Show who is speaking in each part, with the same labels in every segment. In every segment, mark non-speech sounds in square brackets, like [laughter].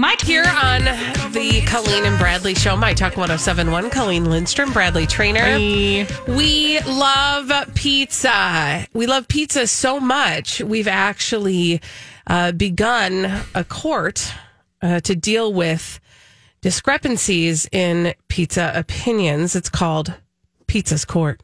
Speaker 1: Mike here on the Colleen and Bradley show, My Talk 1071. Colleen Lindstrom, Bradley Trainer. We love pizza. We love pizza so much. We've actually uh, begun a court uh, to deal with discrepancies in pizza opinions. It's called Pizza's Court.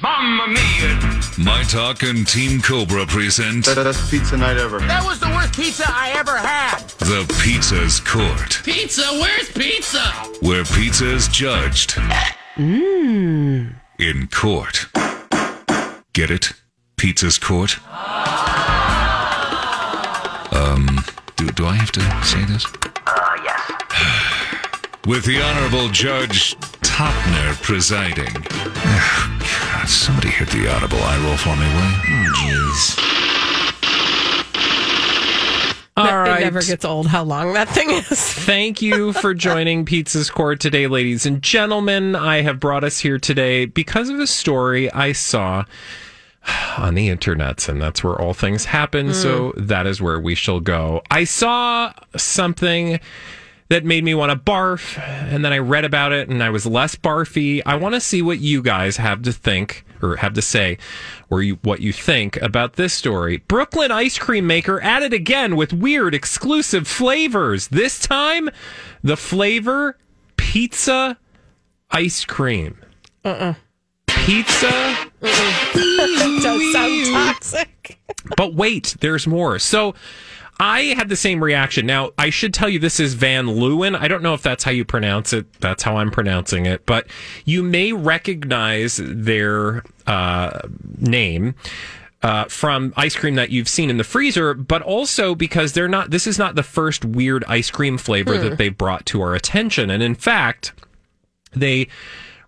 Speaker 2: Mamma mia!
Speaker 3: My Talk and Team Cobra present
Speaker 4: Best pizza night ever.
Speaker 2: That was the worst pizza I ever had!
Speaker 3: The Pizza's Court,
Speaker 2: Pizza, where's pizza?
Speaker 3: where pizza's judged in court. Get it? Pizza's Court? Um, do, do I have to say this? Uh, yes. [sighs] With the Honorable Judge Topner presiding. [sighs] Oh, God, somebody hit the audible eye roll for me, will you? Jeez.
Speaker 1: it
Speaker 5: All right.
Speaker 1: never gets old how long that thing is. [laughs]
Speaker 5: Thank you for joining Pizza's Court today, ladies and gentlemen. I have brought us here today because of a story I saw [sighs] on the internets, and that's where all things happen. So that is where we shall go. I saw something that made me want to barf, and then I read about it and I was less barfy. I want to see what you guys have to think or have to say or you, what you think about this story. Brooklyn ice cream maker at it again with weird exclusive flavors. This time, the flavor pizza ice cream. Uh uh Pizza.
Speaker 1: Does sound toxic.
Speaker 5: But wait, there's more. So I had the same reaction. Now, I should tell you this is Van Leeuwen. I don't know if that's how you pronounce it. That's how I'm pronouncing it. But you may recognize their uh, name. Uh, from ice cream that you've seen in the freezer, but also because they're not, this is not the first weird ice cream flavor that they've brought to our attention. And in fact, they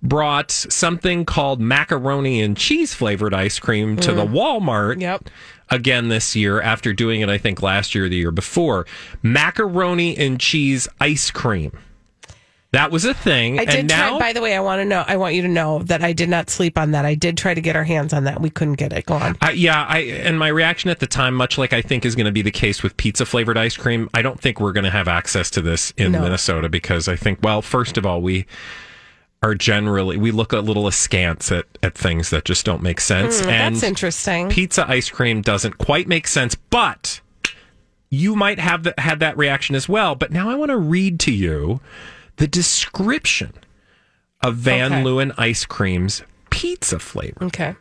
Speaker 5: brought something called macaroni and cheese flavored ice cream to the Walmart
Speaker 1: Mm-hmm. Yep.
Speaker 5: again this year after doing it, I think, last year or the year before. Macaroni and cheese ice cream. That was a thing.
Speaker 1: I did
Speaker 5: and now,
Speaker 1: try. By the way, I want to know. I want you to know that I did not sleep on that. I did try to get our hands on that. We couldn't get it. Go on.
Speaker 5: I, yeah, I and my reaction at the time, much like I think is going to be the case with pizza flavored ice cream, I don't think we're going to have access to this in
Speaker 1: No.
Speaker 5: Minnesota because I think, well, first of all, we are generally we look a little askance at at things that just don't make sense. and
Speaker 1: Hmm, That's interesting.
Speaker 5: pizza ice cream doesn't quite make sense, but you might have the, had that reaction as well. But now I want to read to you the description of Van
Speaker 1: Okay.
Speaker 5: Leeuwen ice cream's pizza flavor
Speaker 1: okay.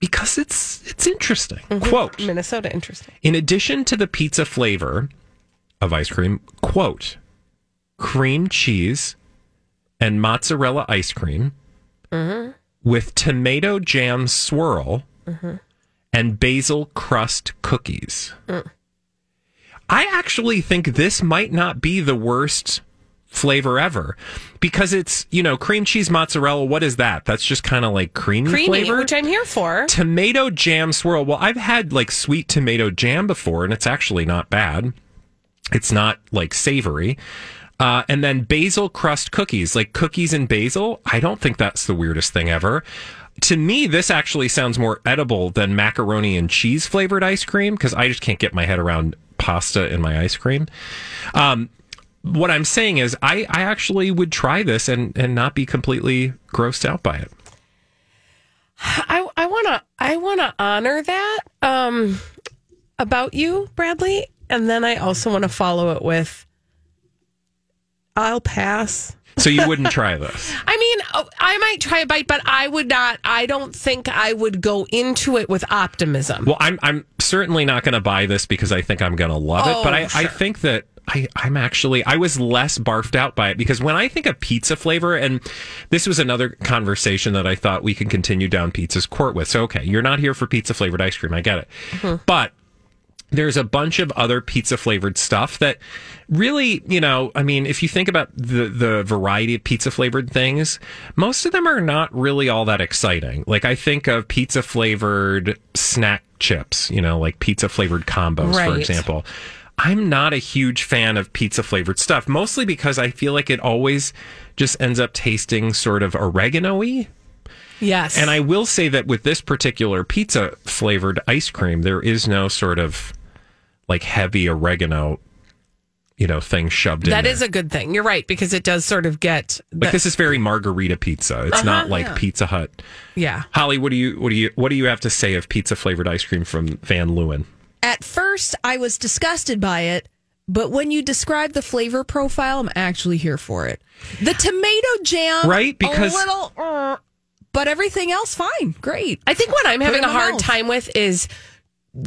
Speaker 5: because it's it's interesting. Quote:
Speaker 1: Minnesota, interesting.
Speaker 5: in addition to the pizza flavor of ice cream, quote, cream cheese and mozzarella ice cream with tomato jam swirl and basil crust cookies. I actually think this might not be the worst flavor ever because it's, you know, cream cheese mozzarella. What is that? That's just kind of like creamy,
Speaker 1: Creamy,
Speaker 5: flavor
Speaker 1: which I'm here for.
Speaker 5: tomato jam swirl. Well, I've had like sweet tomato jam before, and it's actually not bad. It's not like savory. Uh, and then basil crust cookies, like cookies and basil. I don't think that's the weirdest thing ever. To me, this actually sounds more edible than macaroni and cheese flavored ice cream because I just can't get my head around pasta in my ice cream. Um, what I'm saying is, I, I actually would try this and, and not be completely grossed out by it.
Speaker 1: I, I wanna I wanna honor that um, about you, Bradley, and then I also want to follow it with. I'll pass.
Speaker 5: So you wouldn't try this.
Speaker 1: I mean, oh, I might try a bite, but I would not. I don't think I would go into it with optimism.
Speaker 5: Well, I'm I'm certainly not going to buy this because I think I'm going to love it. But
Speaker 1: Oh,
Speaker 5: I, I think that I I'm actually I was less barfed out by it because when I think of pizza flavor, and this was another conversation that I thought we could continue down pizza's court with. So okay, you're not here for pizza flavored ice cream. I get it, but there's a bunch of other pizza flavored stuff that really, you know, I mean, if you think about the, the variety of pizza flavored things, most of them are not really all that exciting. Like I think of pizza flavored snack chips, you know, like pizza flavored combos, for
Speaker 1: Right.
Speaker 5: example. I'm not a huge fan of pizza flavored stuff, mostly because I feel like it always just ends up tasting sort of oregano y.
Speaker 1: Yes.
Speaker 5: And I will say that with this particular pizza flavored ice cream, there is no sort of like heavy oregano, you know, thing shoved in.
Speaker 1: that
Speaker 5: there.
Speaker 1: is a good thing. You're right because it does sort of get
Speaker 5: like
Speaker 1: the, Uh-huh.
Speaker 5: this is very margarita pizza. It's not like Pizza Hut.
Speaker 1: yeah.
Speaker 5: Holly, what do you what do you what do you have to say of pizza flavored ice cream from Van Leeuwen?
Speaker 4: At first, I was disgusted by it, but when you describe the flavor profile, I'm actually here for it. The tomato jam,
Speaker 5: Right, because-
Speaker 4: a little, uh, but everything else, fine, great.
Speaker 1: I think what I'm having
Speaker 4: in
Speaker 1: a
Speaker 4: my
Speaker 1: hard
Speaker 4: mouth.
Speaker 1: time with is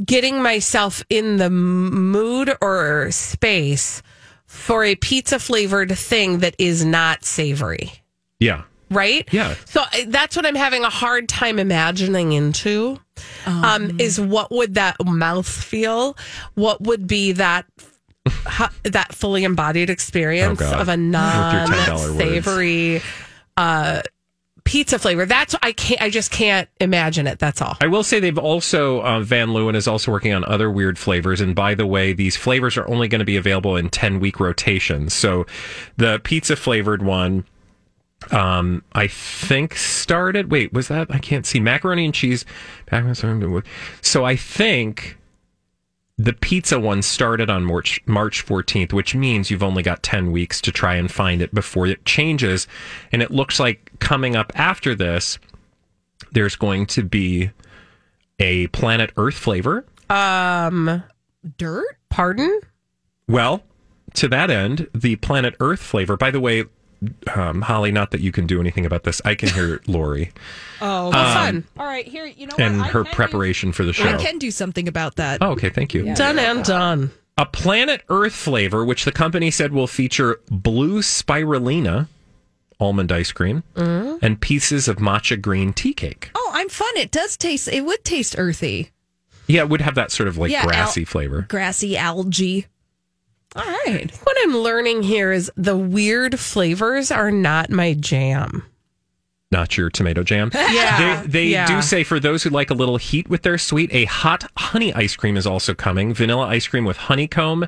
Speaker 1: getting myself in the m- mood or space for a pizza flavored thing that is not savory,
Speaker 5: Yeah.
Speaker 1: right?
Speaker 5: Yeah.
Speaker 1: So I- that's what I'm having a hard time imagining into.
Speaker 4: Oh,
Speaker 1: Um, is what would that mouth feel? What would be that ho- that fully embodied experience
Speaker 5: Oh, God.
Speaker 1: of a
Speaker 5: your $10 words.
Speaker 1: non-savory uh, pizza flavor? That's I can't. I just can't imagine it. That's all.
Speaker 5: I will say they've also uh, Van Leeuwen is also working on other weird flavors. And by the way, these flavors are only going to be available in ten week rotations. So the pizza flavored one, um, I think started. Wait, was that? I can't see macaroni and cheese. macaroni and- So I think the pizza one started on March March 14th, which means you've only got 10 weeks to try and find it before it changes. And it looks like coming up after this, there's going to be a planet Earth flavor.
Speaker 1: Um,
Speaker 4: Dirt?
Speaker 1: pardon?
Speaker 5: Well, to that end, the planet Earth flavor. By the way, um, Holly, not that you can do anything about this. I can
Speaker 4: [laughs]
Speaker 5: hear Lori
Speaker 4: Oh,
Speaker 5: Um,
Speaker 1: Fun.
Speaker 4: all right. Here, you know
Speaker 5: and
Speaker 4: what?
Speaker 5: her
Speaker 4: I can
Speaker 5: preparation for the
Speaker 4: Do, I
Speaker 5: show.
Speaker 4: can do something about that.
Speaker 5: Oh, okay, thank you.
Speaker 1: Done and done.
Speaker 5: A planet Earth flavor, which the company said will feature blue spirulina, almond ice cream,
Speaker 4: Mm-hmm.
Speaker 5: and pieces of matcha green tea cake.
Speaker 4: Oh, I'm fun. It does taste. It would taste earthy,
Speaker 5: Yeah, it would have that sort of like
Speaker 4: Yeah,
Speaker 5: grassy
Speaker 4: al-
Speaker 5: flavor.
Speaker 4: grassy algae. All right.
Speaker 1: What I'm learning here is the weird flavors are not my jam.
Speaker 5: not your tomato jam. Yeah. They, they
Speaker 1: Yeah.
Speaker 5: do say for those who like a little heat with their sweet, a hot honey ice cream is also coming. Vanilla ice cream with honeycomb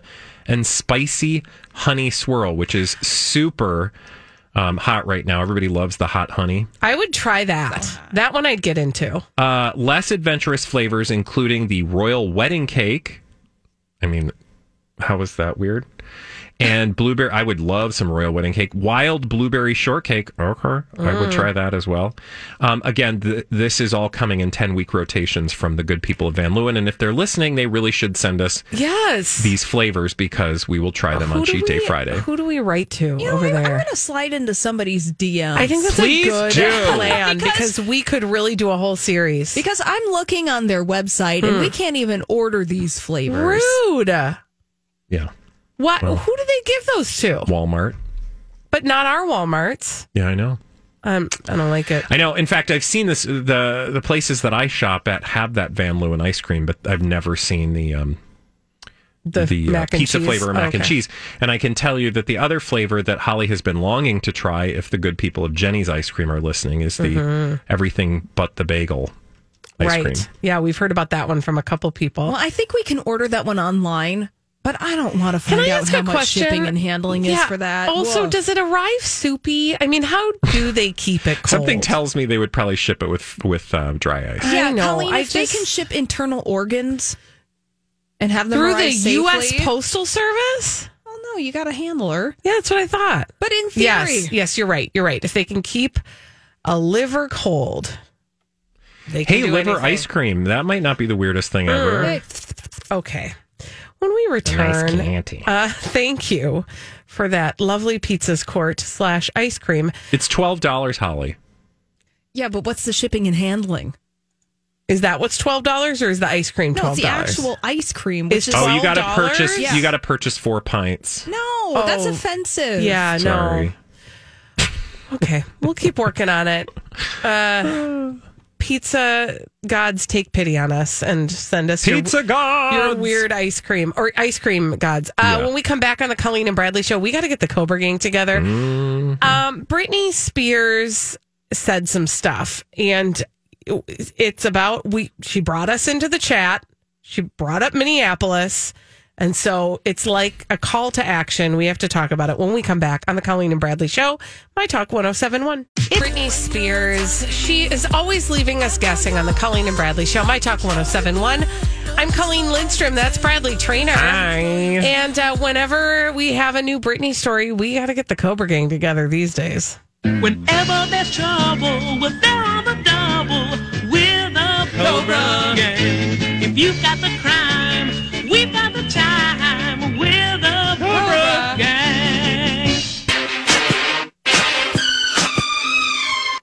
Speaker 5: and spicy honey swirl, which is super um, hot right now. Everybody loves the hot honey.
Speaker 1: I would try that. That one I'd get into.
Speaker 5: Uh, less adventurous flavors, including the royal wedding cake. I mean, how was that weird? And blueberry, I would love some royal wedding cake. Wild blueberry shortcake. Okay, I would try that as well. Um, again, th- this is all coming in ten week rotations from the good people of Van Leeuwen, and if they're listening, they really should send us
Speaker 1: Yes.
Speaker 5: these flavors because we will try them
Speaker 1: Who
Speaker 5: on
Speaker 1: do
Speaker 5: Cheat Day
Speaker 1: we-
Speaker 5: Friday.
Speaker 1: Who do we write to
Speaker 4: You know,
Speaker 1: over
Speaker 4: I'm, I'm
Speaker 1: there?
Speaker 4: going to slide into somebody's DM.
Speaker 1: I think that's
Speaker 5: Please
Speaker 1: a good
Speaker 5: do.
Speaker 1: plan because,
Speaker 4: Because-
Speaker 1: we could really do a whole series.
Speaker 4: because I'm looking on their website and we
Speaker 1: Hmm.
Speaker 4: can't even order these flavors.
Speaker 1: Rude.
Speaker 5: Yeah,
Speaker 1: What? Who do they give those to?
Speaker 5: Walmart.
Speaker 1: But not our WalMarts.
Speaker 5: Yeah, I know.
Speaker 1: Um, I don't like it.
Speaker 5: I know. In fact, I've seen this. the The places that I shop at have that Van Leeuwen ice cream, but I've never seen the um,
Speaker 1: The,
Speaker 5: uh,
Speaker 1: mac and
Speaker 5: pizza
Speaker 1: cheese.
Speaker 5: flavor of mac and
Speaker 1: Okay.
Speaker 5: cheese. And I can tell you that the other flavor that Holly has been longing to try, if the good people of Jenny's ice cream are listening, is the everything but the bagel ice
Speaker 1: Mm-hmm. Right.
Speaker 5: cream.
Speaker 1: Yeah, we've heard about that one from a couple people.
Speaker 4: Well, I think we can order that one online, but I don't want to
Speaker 1: Can
Speaker 4: find
Speaker 1: I
Speaker 4: out
Speaker 1: ask
Speaker 4: how
Speaker 1: a
Speaker 4: much
Speaker 1: question?
Speaker 4: shipping and handling is
Speaker 1: Yeah.
Speaker 4: for that.
Speaker 1: Also,
Speaker 4: Whoa.
Speaker 1: does it arrive soupy? I mean, how do they keep it cold?
Speaker 5: [laughs] Something tells me they would probably ship it with with um, dry ice.
Speaker 4: yeah,
Speaker 1: I know,
Speaker 4: Colleen,
Speaker 1: I
Speaker 4: if they can
Speaker 1: just-
Speaker 4: ship internal organs and have them
Speaker 1: through
Speaker 4: arrive
Speaker 1: the U.S.
Speaker 4: safely-
Speaker 1: Postal Service.
Speaker 4: Well, no, you got a handler.
Speaker 1: Yeah, that's what I thought.
Speaker 4: But in theory,
Speaker 1: Yes, yes, you're right. You're right. If they can keep a liver cold, they can
Speaker 5: Hey,
Speaker 1: do
Speaker 5: liver
Speaker 1: anything. Mm.
Speaker 5: ice cream. That might not be the weirdest thing ever.
Speaker 1: Okay. When we return,
Speaker 5: Chianti.
Speaker 1: uh, thank you for that lovely pizzas court slash ice cream.
Speaker 5: It's twelve dollars, Holly.
Speaker 4: yeah, but what's the shipping and handling?
Speaker 1: Is that what's twelve dollars, or is the ice cream
Speaker 4: No,
Speaker 1: twelve
Speaker 4: it's the
Speaker 1: dollars?
Speaker 4: actual ice cream, which
Speaker 1: It's
Speaker 4: is
Speaker 1: just-
Speaker 5: Oh, you got to
Speaker 1: $12?
Speaker 5: purchase.
Speaker 4: Yeah.
Speaker 5: You got to purchase four pints.
Speaker 4: no, that's
Speaker 1: Oh.
Speaker 4: offensive.
Speaker 1: yeah,
Speaker 5: Sorry.
Speaker 4: [sighs]
Speaker 1: no. Okay, we'll keep working on it. Uh, pizza gods take pity on us and send us your-
Speaker 5: Pizza gods.
Speaker 1: Your weird ice cream or ice cream gods. Uh, When we come back on the Colleen and Bradley show, we got to get the Cobra Gang together. Um, Britney Spears said some stuff, and it- it's about we. She brought us into the chat. She brought up Minneapolis, and so it's like a call to action. We have to talk about it when we come back on the Colleen and Bradley show. My Talk 1071. Britney Spears, she is always leaving us guessing on the Colleen and Bradley show. My Talk 1071. I'm Colleen Lindstrom. That's Bradley Trainer.
Speaker 5: Hi.
Speaker 1: And uh, whenever we have a new Britney story, we got to get the Cobra Gang together these days.
Speaker 6: Whenever there's trouble, we're there on the double. We're the Cobra Gang. If you've got the crime, we've got the time. We're the Cobra Gang.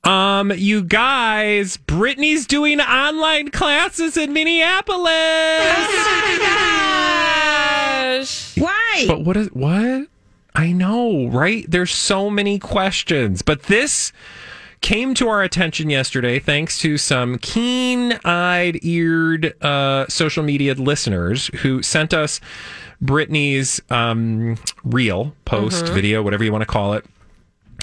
Speaker 5: Um, you guys, Brittany's doing online classes in Minneapolis.
Speaker 4: Why?
Speaker 5: but what is what? I know, right? There's so many questions, but this came to our attention yesterday thanks to some keen-eyed, eared uh, social media listeners who sent us Brittany's um, reel, post, video, whatever you want to call it.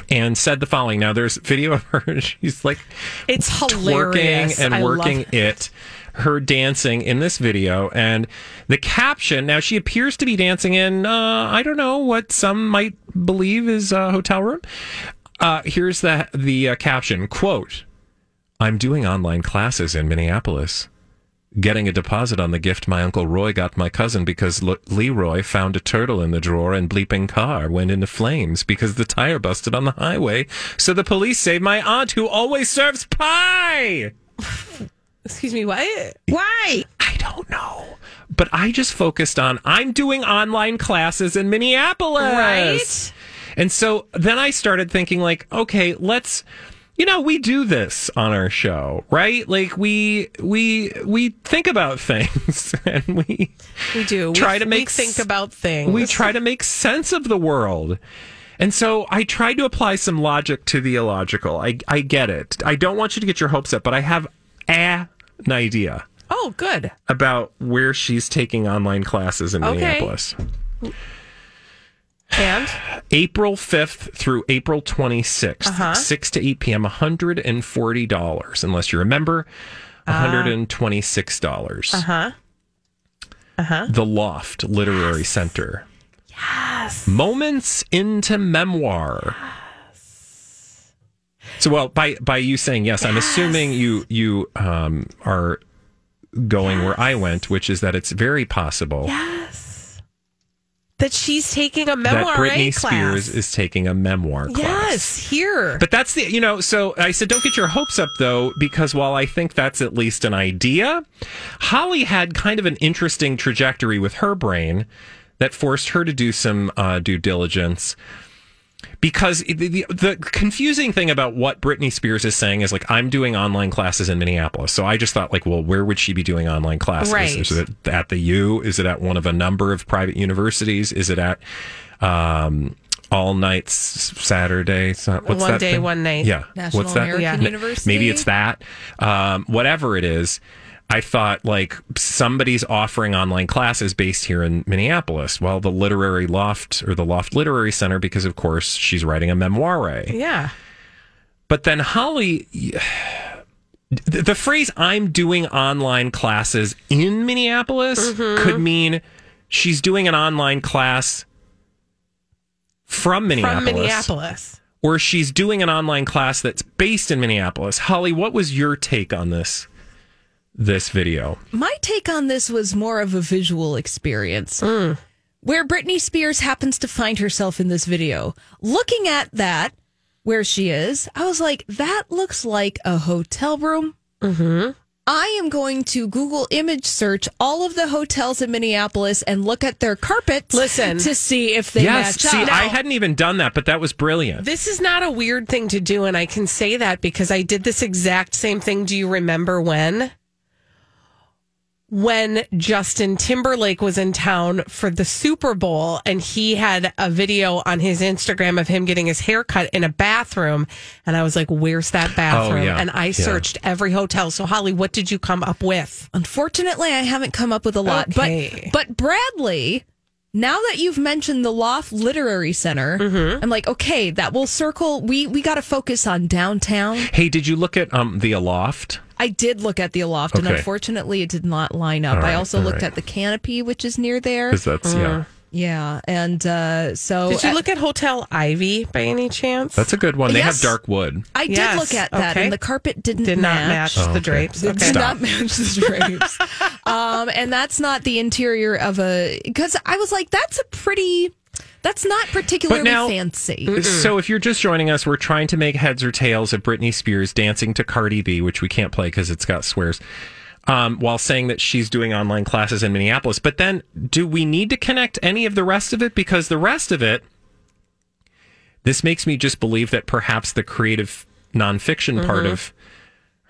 Speaker 5: And said the following. Now, there's video of her. [laughs] She's like
Speaker 1: It's hilarious.
Speaker 5: twerking and
Speaker 1: I love
Speaker 5: working
Speaker 1: it.
Speaker 5: it. her dancing in this video and the caption now she appears to be dancing in uh, i don't know what some might believe is a hotel room uh, here's the the uh, caption quote i'm doing online classes in minneapolis getting a deposit on the gift my uncle roy got my cousin because Le- leroy found a turtle in the drawer and bleeping car went into flames because the tire busted on the highway so the police saved my aunt who always serves pie
Speaker 1: Excuse me, what?
Speaker 4: Why?
Speaker 5: I don't know. But I just focused on I'm doing online classes in Minneapolis. Right. And so then I started thinking like, okay, let's you know, we do this on our show, right? Like we we we think about [laughs] things and we
Speaker 1: We do.
Speaker 5: Try
Speaker 1: we,
Speaker 5: to
Speaker 1: we
Speaker 5: make
Speaker 1: think
Speaker 5: s-
Speaker 1: about things.
Speaker 5: we try to make sense of the world. And so I tried to apply some logic to the illogical. I I get it. I don't want you to get your hopes up, but I have a, an idea
Speaker 1: Oh, good.
Speaker 5: about where she's taking online classes in
Speaker 1: Okay.
Speaker 5: Minneapolis.
Speaker 1: And
Speaker 5: April 5th through April 26th, 6 to 8 p.m., $140, unless you remember, $126. Uh huh. Uh-huh. The Loft Literary Center. Yes. Moments into Memoir. So, well, by by you saying yes, I'm assuming you you um, are going where I went, which is that it's very possible
Speaker 1: that she's taking a
Speaker 5: that
Speaker 1: memoir
Speaker 5: Britney
Speaker 1: A class.
Speaker 5: Spears is taking a memoir class.
Speaker 1: yes, here.
Speaker 5: But that's the, you know, so I said, don't get your hopes up though, because while I think that's at least an idea, Holly had kind of an interesting trajectory with her brain that forced her to do some uh, due diligence. Because it- the, the, the confusing thing about what Britney Spears is saying is like, I'm doing online classes in Minneapolis. So I just thought, like, well, where would she be doing online classes?
Speaker 1: Right.
Speaker 5: Is it at the U? Is it at one of a number of private universities? Is it at um, all nights Saturday? It's not- What's
Speaker 1: One
Speaker 5: that
Speaker 1: day,
Speaker 5: thing?
Speaker 1: one night.
Speaker 5: Yeah.
Speaker 4: National
Speaker 5: What's that?
Speaker 4: American
Speaker 1: Yeah.
Speaker 5: Ma-
Speaker 4: University.
Speaker 5: Maybe it's that. Um, whatever it is, I thought like somebody's offering online classes based here in Minneapolis. Well, the Literary Loft or the Loft Literary Center, because of course she's writing a memoir.
Speaker 1: yeah.
Speaker 5: But then Holly, [sighs] the, the phrase "I'm doing online classes in Minneapolis"
Speaker 1: Mm-hmm.
Speaker 5: could mean she's doing an online class from Minneapolis,
Speaker 1: From Minneapolis.
Speaker 5: or she's doing an online class that's based in Minneapolis. Holly, what was your take on this? This video.
Speaker 4: My take on this was more of a visual experience. Where Britney Spears happens to find herself in this video. Looking at that, where she is, I was like, that looks like a hotel room. Mm-hmm. I am going to Google image search all of the hotels in Minneapolis and look at their carpets
Speaker 1: Listen.
Speaker 4: to see if they
Speaker 5: yes,
Speaker 4: match
Speaker 5: see,
Speaker 4: up.
Speaker 5: I hadn't even done that, but that was brilliant.
Speaker 1: This is not a weird thing to do, and I can say that because I did this exact same thing. Do you remember when? when Justin Timberlake was in town for the Super Bowl and he had a video on his Instagram of him getting his hair cut in a bathroom. And I was like, where's that bathroom?
Speaker 5: Oh, yeah.
Speaker 1: And I
Speaker 5: Yeah.
Speaker 1: searched every hotel. So, Holly, what did you come up with?
Speaker 4: Unfortunately, I haven't come up with a lot.
Speaker 1: Okay.
Speaker 4: But but Bradley, now that you've mentioned the Loft Literary Center,
Speaker 1: Mm-hmm.
Speaker 4: I'm like, okay, that will circle. We we got to focus on downtown.
Speaker 5: Hey, did you look at um the Aloft?
Speaker 4: I did look at the Aloft, and
Speaker 5: Okay.
Speaker 4: unfortunately, it did not line up.
Speaker 5: All right,
Speaker 4: I also
Speaker 5: all
Speaker 4: looked
Speaker 5: right.
Speaker 4: at the Canopy, which is near there.
Speaker 5: Because that's yeah,
Speaker 4: Mm. yeah, and uh, so
Speaker 1: Did you
Speaker 4: uh,
Speaker 1: look at Hotel Ivy by any chance?
Speaker 5: that's a good one. They
Speaker 4: Yes.
Speaker 5: have dark wood.
Speaker 4: I did
Speaker 1: Yes,
Speaker 4: look at that,
Speaker 1: okay.
Speaker 4: and the carpet didn't
Speaker 1: did not match,
Speaker 4: match.
Speaker 5: Oh,
Speaker 1: the
Speaker 5: okay.
Speaker 1: drapes.
Speaker 4: It
Speaker 1: Okay.
Speaker 4: did not match the
Speaker 1: [laughs]
Speaker 4: drapes. um, and that's not the interior of a because I was like, that's a pretty. That's not particularly
Speaker 5: now-
Speaker 4: fancy.
Speaker 5: So if you're just joining us, we're trying to make heads or tails of Britney Spears dancing to Cardi B, which we can't play because it's got swears. Um, while saying that she's doing online classes in Minneapolis, but then do we need to connect any of the rest of it? Because the rest of it, this makes me just believe that perhaps the creative nonfiction part of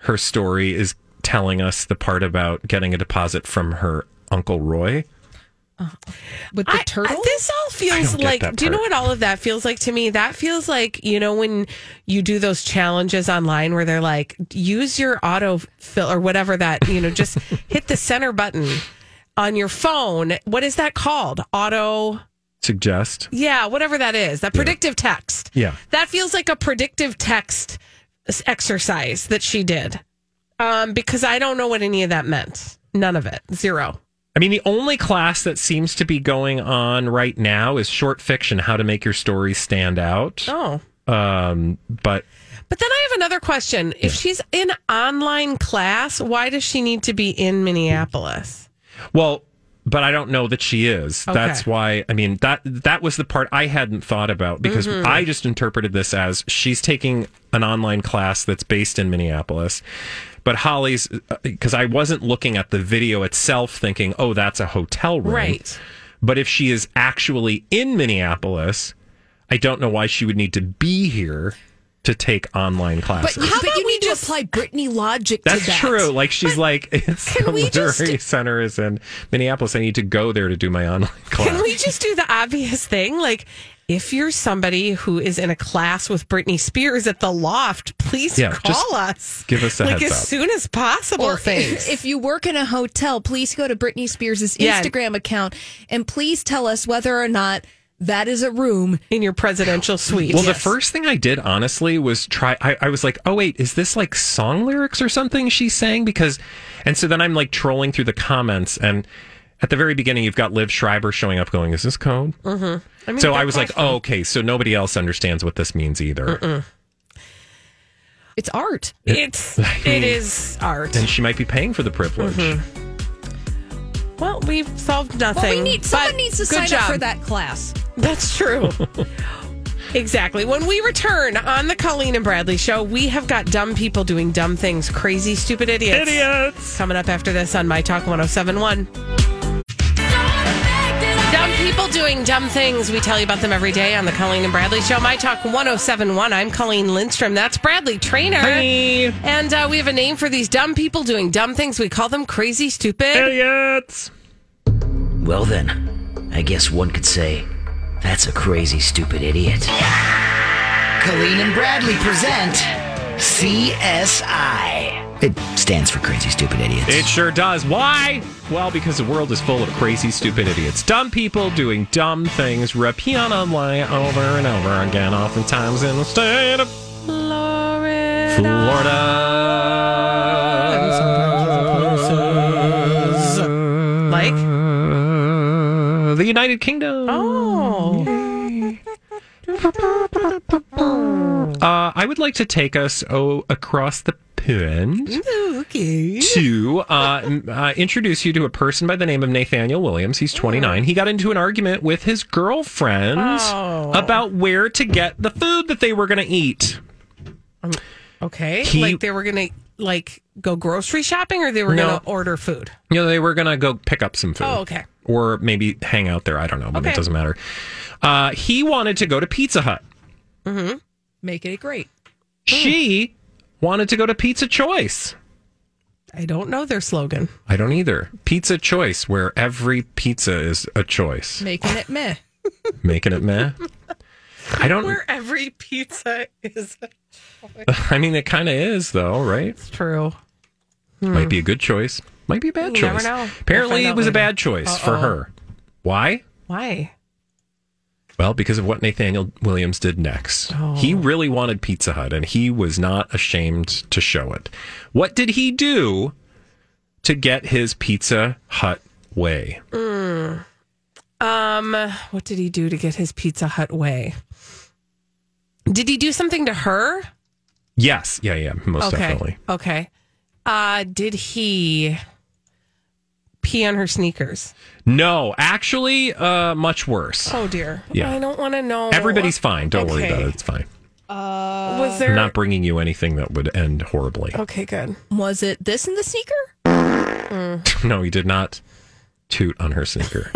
Speaker 5: her story is telling us the part about getting a deposit from her uncle Roy.
Speaker 4: With the
Speaker 1: I-
Speaker 4: turtle,
Speaker 1: I- this all feels
Speaker 5: don't get
Speaker 1: like.
Speaker 5: that
Speaker 1: Do you know
Speaker 5: part.
Speaker 1: what all of that feels like to me? That feels like you know when you do those challenges online where they're like, use your auto fill or whatever that you know,
Speaker 5: [laughs]
Speaker 1: just hit the center button on your phone. What is that called? Auto.
Speaker 5: Suggest.
Speaker 1: Yeah, whatever that is, that predictive text.
Speaker 5: Yeah.
Speaker 1: That feels like a predictive text s- exercise that she did. Um, because I don't know what any of that meant. None of it. Zero.
Speaker 5: I mean, the only class that seems to be going on right now is short fiction, how to make your story stand out.
Speaker 1: Oh.
Speaker 5: Um, but
Speaker 1: But then I have another question. If she's in online class, why does she need to be in Minneapolis?
Speaker 5: well, but I don't know that she is. That's
Speaker 1: Okay.
Speaker 5: why. I mean that that was the part I hadn't thought about because
Speaker 1: Mm-hmm.
Speaker 5: I just interpreted this as she's taking an online class that's based in Minneapolis. But Holly's because I wasn't looking at the video itself, thinking, "Oh, that's a hotel room." But if she is actually in Minneapolis, I don't know why she would need to be here to take online
Speaker 4: but,
Speaker 5: classes.
Speaker 4: you- but
Speaker 1: about
Speaker 4: you
Speaker 1: we
Speaker 4: need
Speaker 1: just-
Speaker 4: to apply Brittany logic
Speaker 5: that's
Speaker 4: to that.
Speaker 5: true. Like she's like, [laughs] it's
Speaker 1: can
Speaker 5: the
Speaker 1: we
Speaker 5: literary
Speaker 1: just-
Speaker 5: center is in Minneapolis. I need to go there to do my online class.
Speaker 1: Can we just do the obvious thing? Like, if you're somebody who is in a class with Britney Spears at the loft, please
Speaker 5: Yeah, just
Speaker 1: call us.
Speaker 5: give us a
Speaker 1: like
Speaker 5: heads
Speaker 1: as
Speaker 5: up.
Speaker 1: soon as possible.
Speaker 4: Or
Speaker 1: thanks.
Speaker 4: if, if you work in a hotel, please go to Britney Spears'
Speaker 1: Yeah.
Speaker 4: Instagram account and please tell us whether or not that is a room.
Speaker 1: in your presidential suite.
Speaker 5: Well, the first thing I did honestly was try. I, I was like, oh wait, is this like song lyrics or something she's saying? Because, and so then I'm like trolling through the comments, and at the very beginning, you've got Liv Schreiber showing up, going, "Is this code?" Mm-hmm. so I was like, oh, okay, so nobody else understands what this means either.
Speaker 4: It's art.
Speaker 5: [laughs]
Speaker 1: it's it is art.
Speaker 5: And she might be paying for the privilege.
Speaker 1: Well, we've solved nothing.
Speaker 4: Well, we need someone
Speaker 1: but
Speaker 4: needs to
Speaker 1: good
Speaker 4: sign up
Speaker 1: job.
Speaker 4: for that class.
Speaker 1: That's true. exactly. When we return on the Colleen and Bradley show, we have got dumb people doing dumb things, crazy, stupid idiots. Idiots. Coming up after this on My Talk 1071. Dumb people doing dumb things. We tell you about them every day on the Colleen and Bradley show. My Talk 1071. I'm Colleen Lindstrom. That's Bradley Trainer. And uh, we have a name for these dumb people doing dumb things. We call them crazy, stupid.
Speaker 5: Idiots.
Speaker 7: Well, then, I guess one could say that's a crazy, stupid idiot. Colleen and Bradley present CSI. It stands for Crazy, Stupid Idiots.
Speaker 5: It sure does. Why? Well, because the world is full of crazy, stupid idiots. Dumb people doing dumb things, repeat online over and over again, oftentimes in the state of Florida.
Speaker 1: Like?
Speaker 5: Uh, the United Kingdom.
Speaker 1: Oh.
Speaker 5: Uh, I would like to take us oh, across the pond.
Speaker 1: Okay. [laughs]
Speaker 5: to uh, m- uh, introduce you to a person by the name of Nathaniel Williams. He's 29. He got into an argument with his girlfriend
Speaker 1: Oh.
Speaker 5: about where to get the food that they were going to eat.
Speaker 1: Okay.
Speaker 5: He-
Speaker 1: like they were going to like go grocery shopping or they were
Speaker 5: No.
Speaker 1: going to order food.
Speaker 5: You know, they were going to go pick up some food.
Speaker 1: Oh, okay.
Speaker 5: Or maybe hang out there. I don't know, but
Speaker 1: Okay.
Speaker 5: it doesn't matter. Uh, he wanted to go to Pizza Hut.
Speaker 4: Make it great.
Speaker 1: Hmm.
Speaker 5: She wanted to go to Pizza Choice.
Speaker 1: I don't know their slogan.
Speaker 5: I don't either. Pizza choice, where every pizza is a choice.
Speaker 4: Making it meh.
Speaker 5: Making
Speaker 1: [laughs]
Speaker 5: it meh. I don't.
Speaker 1: Where every pizza is
Speaker 5: [laughs] I mean, it kind of is though, right?
Speaker 1: true.
Speaker 5: Might be a good choice. Might be a bad
Speaker 1: Mm. You never
Speaker 5: choice.
Speaker 1: know. We'll
Speaker 5: Apparently,
Speaker 1: find
Speaker 5: it
Speaker 1: out
Speaker 5: was a
Speaker 1: later.
Speaker 5: bad choice for
Speaker 1: Uh-oh.
Speaker 5: her. Why?
Speaker 1: Why?
Speaker 5: Well, because of what Nathaniel Williams did next. He
Speaker 1: Oh.
Speaker 5: really wanted Pizza Hut and he was not ashamed to show it. What did he do to get his Pizza Hut way?
Speaker 1: Um, what did he do to get his Pizza Hut way? Did he do something to her?
Speaker 5: Yes. Yeah, yeah, most
Speaker 1: okay.
Speaker 5: definitely.
Speaker 1: Okay. Uh, did he pee on her sneakers?
Speaker 5: No, actually, uh, much worse.
Speaker 1: Oh dear.
Speaker 5: Yeah.
Speaker 1: I don't want to know.
Speaker 5: Everybody's fine. Don't worry
Speaker 1: Okay.
Speaker 5: about it. It's fine.
Speaker 1: Was
Speaker 5: I'm
Speaker 1: there?
Speaker 5: not bringing you anything that would end horribly.
Speaker 1: okay. Good.
Speaker 4: Was it this in the sneaker?
Speaker 5: no, he did not toot on
Speaker 1: [laughs]
Speaker 5: her sneaker.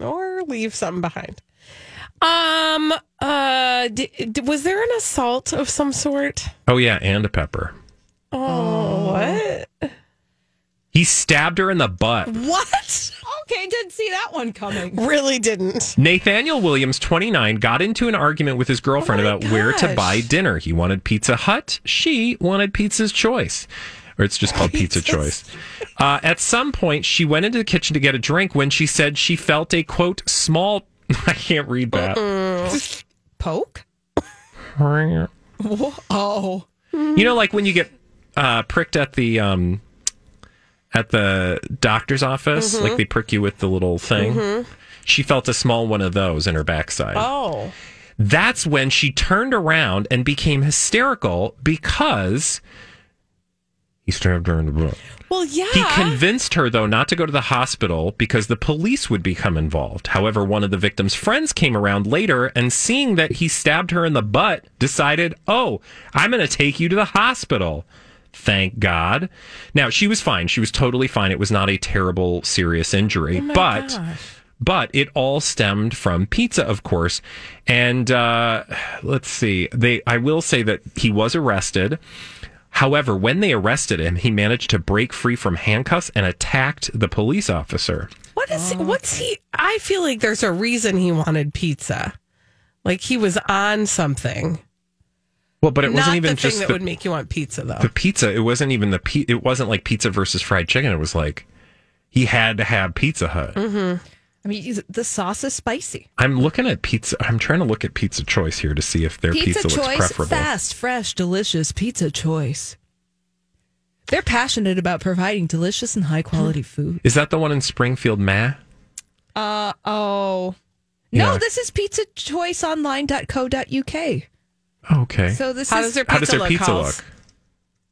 Speaker 1: Or leave something behind. Um. Uh. D- d- was there an assault of some sort?
Speaker 5: oh, yeah, and a pepper.
Speaker 1: Oh. What?
Speaker 5: He stabbed her in the butt.
Speaker 1: Mm-hmm. Um, What?
Speaker 4: Okay, didn't see that one coming.
Speaker 1: Really didn't.
Speaker 5: Nathaniel Williams, 29, got into an argument with his girlfriend
Speaker 1: Oh my
Speaker 5: about where to
Speaker 1: gosh.
Speaker 5: buy dinner. He wanted Pizza Hut. She wanted Pizza's Choice. Or it's just called Pizza Choice. Uh, at some point, she went into the kitchen to get a drink when she said she felt a quote, small. [laughs] I can't read that.
Speaker 4: Poke?
Speaker 1: Oh.
Speaker 5: You know, like when you get uh, pricked at the. Um, at the doctor's office, like they prick you with the little thing. She felt a small one of those in her backside.
Speaker 1: Oh.
Speaker 5: that's when she turned around and became hysterical because he stabbed her in the butt.
Speaker 1: Well, yeah.
Speaker 5: He convinced her, though, not to go to the hospital because the police would become involved. However, one of the victim's friends came around later and seeing that he stabbed her in the butt, decided, oh, I'm going to take you to the hospital. Thank God. Now, she was fine. She was totally fine. It was not a terrible, serious injury. but but it all stemmed from pizza, of course. And uh, let's see, they I will say that he was arrested. However, when they arrested him, he managed to break free from handcuffs and attacked the police officer.
Speaker 1: What is what's he? I feel like there's a reason he wanted pizza. Like he was on something.
Speaker 5: Well, but it
Speaker 1: Not
Speaker 5: wasn't even
Speaker 1: the
Speaker 5: just
Speaker 1: thing that
Speaker 5: the,
Speaker 1: would make you want pizza though.
Speaker 5: the pizza. It wasn't even the pi- it wasn't like pizza versus fried chicken. It was like he had to have Pizza Hut.
Speaker 1: Mm-hmm.
Speaker 4: I mean, is- the sauce is spicy.
Speaker 5: I'm looking at pizza. I'm trying to look at Pizza Choice here to see if their pizza, looks
Speaker 4: choice,
Speaker 5: preferable.
Speaker 4: fast, fresh, delicious pizza choice. They're passionate about providing delicious and high quality food.
Speaker 5: Is that the one in Springfield, Ma?
Speaker 4: Uh oh. No,
Speaker 5: Yeah.
Speaker 4: this is pizzachoiceonline.co.uk.
Speaker 5: Oh, okay.
Speaker 4: So this
Speaker 1: How
Speaker 4: is
Speaker 1: does their pizza
Speaker 5: How does their
Speaker 1: look?
Speaker 5: pizza
Speaker 1: Halls?
Speaker 5: look?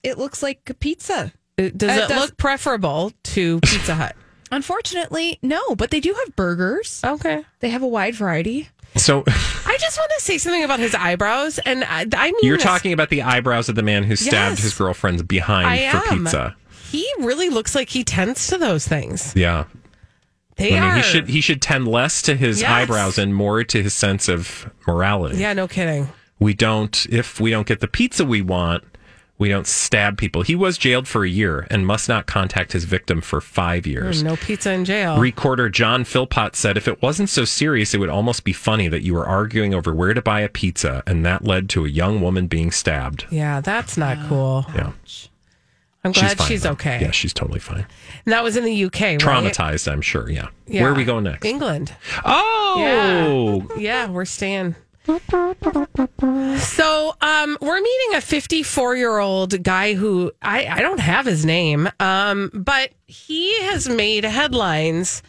Speaker 4: it looks like a pizza.
Speaker 1: It- Does
Speaker 4: It
Speaker 1: it
Speaker 4: does-
Speaker 1: look preferable to Pizza Hut?
Speaker 4: Unfortunately, no, but they do have burgers.
Speaker 1: okay.
Speaker 4: They have a wide variety.
Speaker 5: So [laughs]
Speaker 1: I just want to say something about his eyebrows, and I, I mean,
Speaker 5: you're
Speaker 1: this.
Speaker 5: talking about the eyebrows of the man who stabbed
Speaker 1: Yes.
Speaker 5: his girlfriend behind
Speaker 1: I
Speaker 5: for
Speaker 1: am.
Speaker 5: pizza.
Speaker 1: He really looks like he tends to those things.
Speaker 5: Yeah.
Speaker 1: They
Speaker 5: I mean,
Speaker 1: are.
Speaker 5: he should he should tend less to his
Speaker 1: Yes.
Speaker 5: eyebrows and more to his sense of morality.
Speaker 1: yeah, no kidding.
Speaker 5: We don't if we don't get the pizza we want, we don't stab people. He was jailed for a year and must not contact his victim for 5 years.
Speaker 1: Mm, Oh, No pizza in jail.
Speaker 5: Recorder John Philpott said, if it wasn't so serious, it would almost be funny that you were arguing over where to buy a pizza, and that led to a young woman being stabbed.
Speaker 1: yeah, that's not cool.
Speaker 5: Yeah.
Speaker 1: I'm glad she's,
Speaker 5: fine, though.
Speaker 1: okay.
Speaker 5: Yeah, she's totally fine.
Speaker 1: And that was in the UK. right?
Speaker 5: Traumatized, I'm sure. Yeah.
Speaker 1: Yeah.
Speaker 5: Where are we going next?
Speaker 1: England.
Speaker 5: Oh,
Speaker 1: Yeah, we're staying. So, um, we're meeting a 54 year old guy who I, I don't have his name, um, but he has made headlines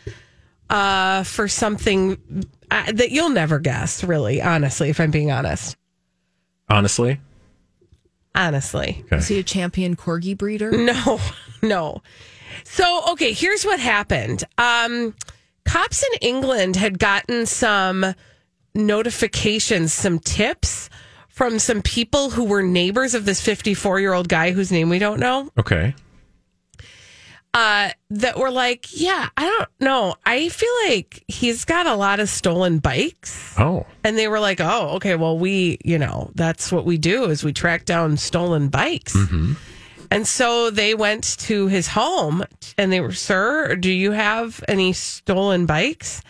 Speaker 1: uh, for something uh, that you'll never guess, really, honestly, if I'm being honest.
Speaker 5: honestly,
Speaker 1: Honestly.
Speaker 4: Is he a champion corgi breeder?
Speaker 1: No, [laughs] no. So, okay, here's what happened. Um, cops in England had gotten some notifications, some tips from some people who were neighbors of this 54 year old guy whose name we don't know
Speaker 5: okay.
Speaker 1: uh, that were like, yeah, I don't know. I feel like he's got a lot of stolen bikes.
Speaker 5: Oh,
Speaker 1: And they were like, oh, okay, well, we, you know, that's what we do is we track down stolen bikes. And so they went to his home and they were, Sir, do you have any stolen bikes?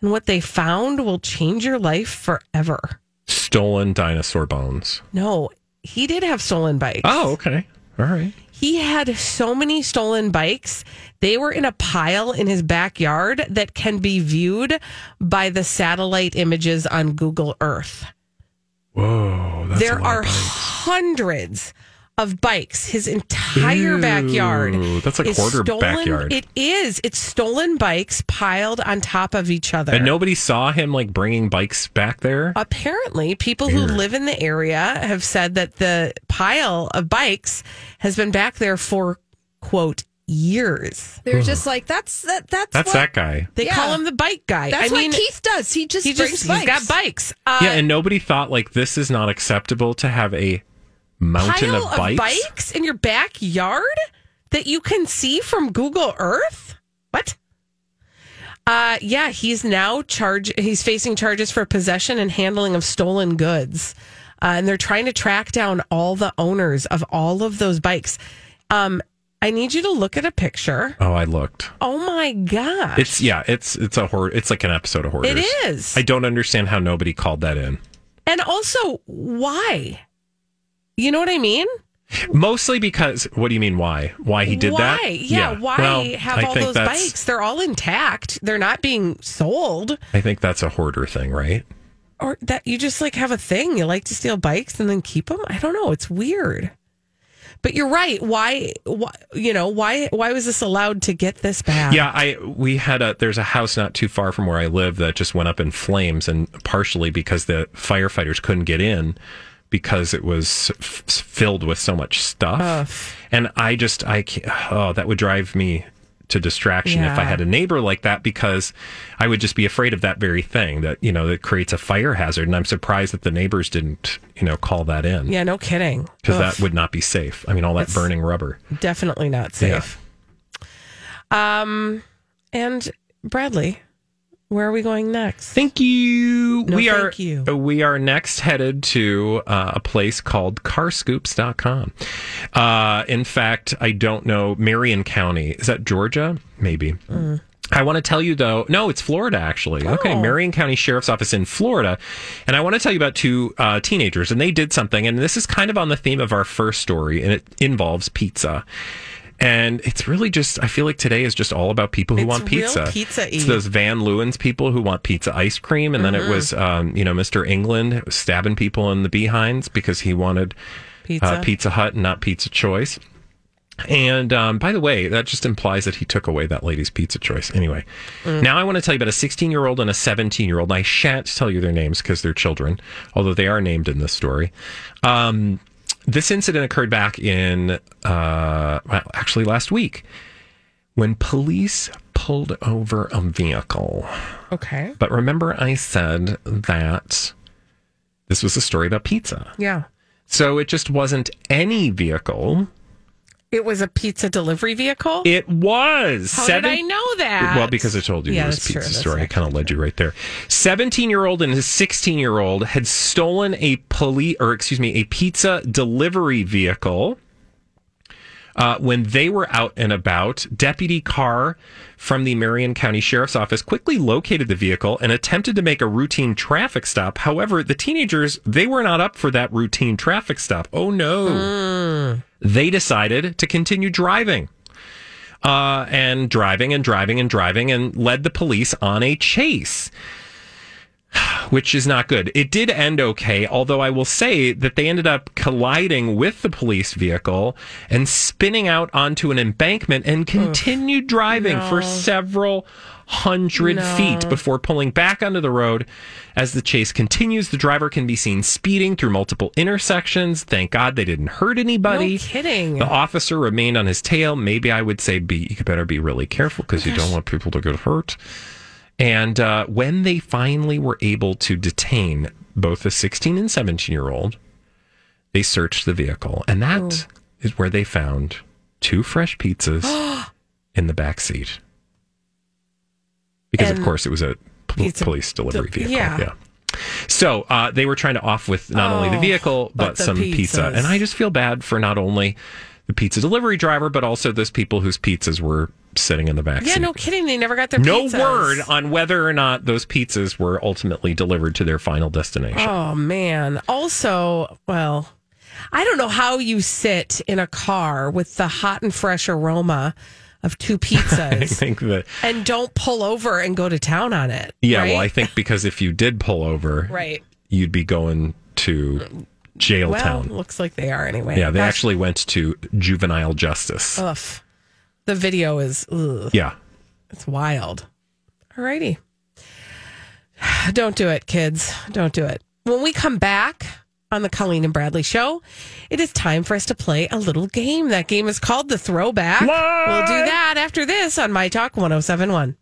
Speaker 1: And what they found will change your life forever.
Speaker 5: Stolen dinosaur bones.
Speaker 1: No, he did have stolen bikes.
Speaker 5: Oh, okay. All right.
Speaker 1: He had so many stolen bikes. They were in a pile in his backyard that can be viewed by the satellite images on Google Earth.
Speaker 5: Whoa. That's
Speaker 1: there are hundreds of bikes. His entire
Speaker 5: Ew,
Speaker 1: backyard.
Speaker 5: that's a
Speaker 1: is
Speaker 5: quarter
Speaker 1: stolen.
Speaker 5: backyard.
Speaker 1: It is. It's stolen bikes piled on top of each other.
Speaker 5: And nobody saw him like bringing bikes back there.
Speaker 1: Uh, Apparently, people who
Speaker 5: Weird.
Speaker 1: live in the area have said that the pile of bikes has been back there for quote years.
Speaker 4: They're just like that's that that's
Speaker 5: Hmm. That's
Speaker 4: what,
Speaker 5: that guy.
Speaker 1: They
Speaker 4: Yeah.
Speaker 1: call him the bike guy.
Speaker 4: That's
Speaker 1: I mean,
Speaker 4: what Keith does. He just
Speaker 1: he
Speaker 4: brings
Speaker 1: just
Speaker 4: bikes.
Speaker 1: he's got bikes. Uh,
Speaker 5: yeah, and nobody thought like this is not acceptable to have a mountain
Speaker 1: pile
Speaker 5: of bikes.
Speaker 1: in your backyard that you can see from Google Earth? What? Uh, yeah, he's now charge. He's facing charges for possession and handling of stolen goods, uh, and they're trying to track down all the owners of all of those bikes. Um, I need you to look at a picture.
Speaker 5: Oh, I looked.
Speaker 1: Oh my gosh,
Speaker 5: It's yeah, it's it's a horror. It's like an episode of horror.
Speaker 1: it is.
Speaker 5: I don't understand how nobody called that in.
Speaker 1: and also, why? You know what I mean?
Speaker 5: Mostly because what do you mean why? Why he did that?
Speaker 1: Why? Yeah, why
Speaker 5: Well,
Speaker 1: have
Speaker 5: I
Speaker 1: all
Speaker 5: think
Speaker 1: those
Speaker 5: that's-
Speaker 1: bikes? They're all intact. They're not being sold.
Speaker 5: I think that's a hoarder thing, right?
Speaker 1: Or that you just like have a thing. You like to steal bikes and then keep them. I don't know. It's weird. But you're right. Why, why you know, why why was this allowed to get this bad?
Speaker 5: Yeah, I we had a there's a house not too far from where I live that just went up in flames, and partially because the firefighters couldn't get in because it was f- f- filled with so much stuff. And I just I can't, oh that would drive me to distraction if I
Speaker 1: Yeah.
Speaker 5: had a neighbor like that because I would just be afraid of that very thing that you know that creates a fire hazard, and I'm surprised that the neighbors didn't you know call that in.
Speaker 1: Yeah, no kidding.
Speaker 5: Because
Speaker 1: Ugh.
Speaker 5: that would not be safe. I mean, all that
Speaker 1: That's-
Speaker 5: burning rubber.
Speaker 1: definitely not safe. Um, and Bradley, where are we going next?
Speaker 5: Thank you.
Speaker 1: No,
Speaker 5: we are
Speaker 1: thank you.
Speaker 5: we are next headed to uh, a place called carscoops.com. Uh in fact, I don't know Marion County. Is that Georgia? Maybe.
Speaker 1: Mm.
Speaker 5: I want to tell you though, no, it's Florida actually.
Speaker 1: Oh.
Speaker 5: Okay, Marion County Sheriff's Office in Florida. And I want to tell you about two uh, teenagers, and they did something. And this is kind of on the theme of our first story, and it involves pizza. And it's really just, I feel like today is just all about people who
Speaker 1: It's
Speaker 5: want
Speaker 1: real
Speaker 5: pizza.
Speaker 1: pizza-y.
Speaker 5: It's those Van Leeuwen's people who want pizza ice cream. And then
Speaker 1: Mm-hmm.
Speaker 5: it was, um, you know, Mr. England stabbing people in the behinds because he wanted
Speaker 1: Pizza.
Speaker 5: uh, Pizza Hut and not Pizza Choice. And um, by the way, that just implies that he took away that lady's pizza choice. Anyway,
Speaker 1: Mm.
Speaker 5: now I want to tell you about a 16 year old and a 17 year old. I shan't tell you their names because they're children, although they are named in this story. Um, this incident occurred back in, uh, well, actually last week when police pulled over a vehicle.
Speaker 1: Okay.
Speaker 5: But remember, I said that this was a story about pizza.
Speaker 1: Yeah.
Speaker 5: So it just wasn't any vehicle.
Speaker 1: It was a pizza delivery vehicle.
Speaker 5: It was
Speaker 1: How
Speaker 5: seven.
Speaker 1: did I know that?
Speaker 5: Well, because I told you
Speaker 1: Yeah,
Speaker 5: it was
Speaker 1: that's
Speaker 5: a pizza
Speaker 1: true. That's
Speaker 5: story. I
Speaker 1: actually
Speaker 5: kind of led you right there. 17 year old and his 16 year old had stolen a police, or excuse me, a pizza delivery vehicle. Uh, when they were out and about, Deputy Carr from the Marion County Sheriff's Office quickly located the vehicle and attempted to make a routine traffic stop. However, the teenagers, they were not up for that routine traffic stop. Oh no.
Speaker 1: Hmm.
Speaker 5: They decided to continue driving uh, and driving and driving and driving and led the police on a chase, [sighs] which is not good. It did end okay, although I will say that they ended up colliding with the police vehicle and spinning out onto an embankment and continued driving for several hundred feet before pulling back onto the road. As the chase continues, the driver can be seen speeding through multiple intersections. Thank God they didn't hurt anybody.
Speaker 1: No kidding.
Speaker 5: The officer remained on his tail. Maybe I would say be you better be really careful because you don't want people to get hurt. And uh, when they finally were able to detain both the 16 and 17 year old, they searched the vehicle, and that is
Speaker 1: Oh.
Speaker 5: where they found two fresh pizzas
Speaker 1: [gasps]
Speaker 5: in the back seat. Because
Speaker 1: And
Speaker 5: of course it was a pol-
Speaker 1: pizza-
Speaker 5: police delivery
Speaker 1: de-
Speaker 5: vehicle.
Speaker 1: yeah.
Speaker 5: So uh, they were trying to off with not only the
Speaker 1: Oh,
Speaker 5: vehicle
Speaker 1: but
Speaker 5: but,
Speaker 1: the
Speaker 5: some pizza,
Speaker 1: pizzas.
Speaker 5: and I just feel bad for not only the pizza delivery driver, but also those people whose pizzas were sitting in the back
Speaker 1: Yeah,
Speaker 5: seat.
Speaker 1: no kidding. They never got their
Speaker 5: No
Speaker 1: pizzas.
Speaker 5: word on whether or not those pizzas were ultimately delivered to their final destination.
Speaker 1: Oh man. Also, well, I don't know how you sit in a car with the hot and fresh aroma of
Speaker 5: [laughs]
Speaker 1: two
Speaker 5: I
Speaker 1: pizzas
Speaker 5: think that
Speaker 1: and don't pull over and go to town on it.
Speaker 5: yeah,
Speaker 1: right?
Speaker 5: well, I think because if you did pull over,
Speaker 1: right.
Speaker 5: you'd be going to jail
Speaker 1: Well,
Speaker 5: town.
Speaker 1: looks like they are anyway.
Speaker 5: Yeah, they
Speaker 1: Gosh,
Speaker 5: actually went to juvenile justice.
Speaker 1: Ugh. The video is ugh,
Speaker 5: yeah.
Speaker 1: it's wild. Alrighty. [sighs] Don't do it, kids. Don't do it. When we come back on the Colleen and Bradley show, it is time for us to play a little game. That game is called the throwback. We'll do that after this on My Talk 1071.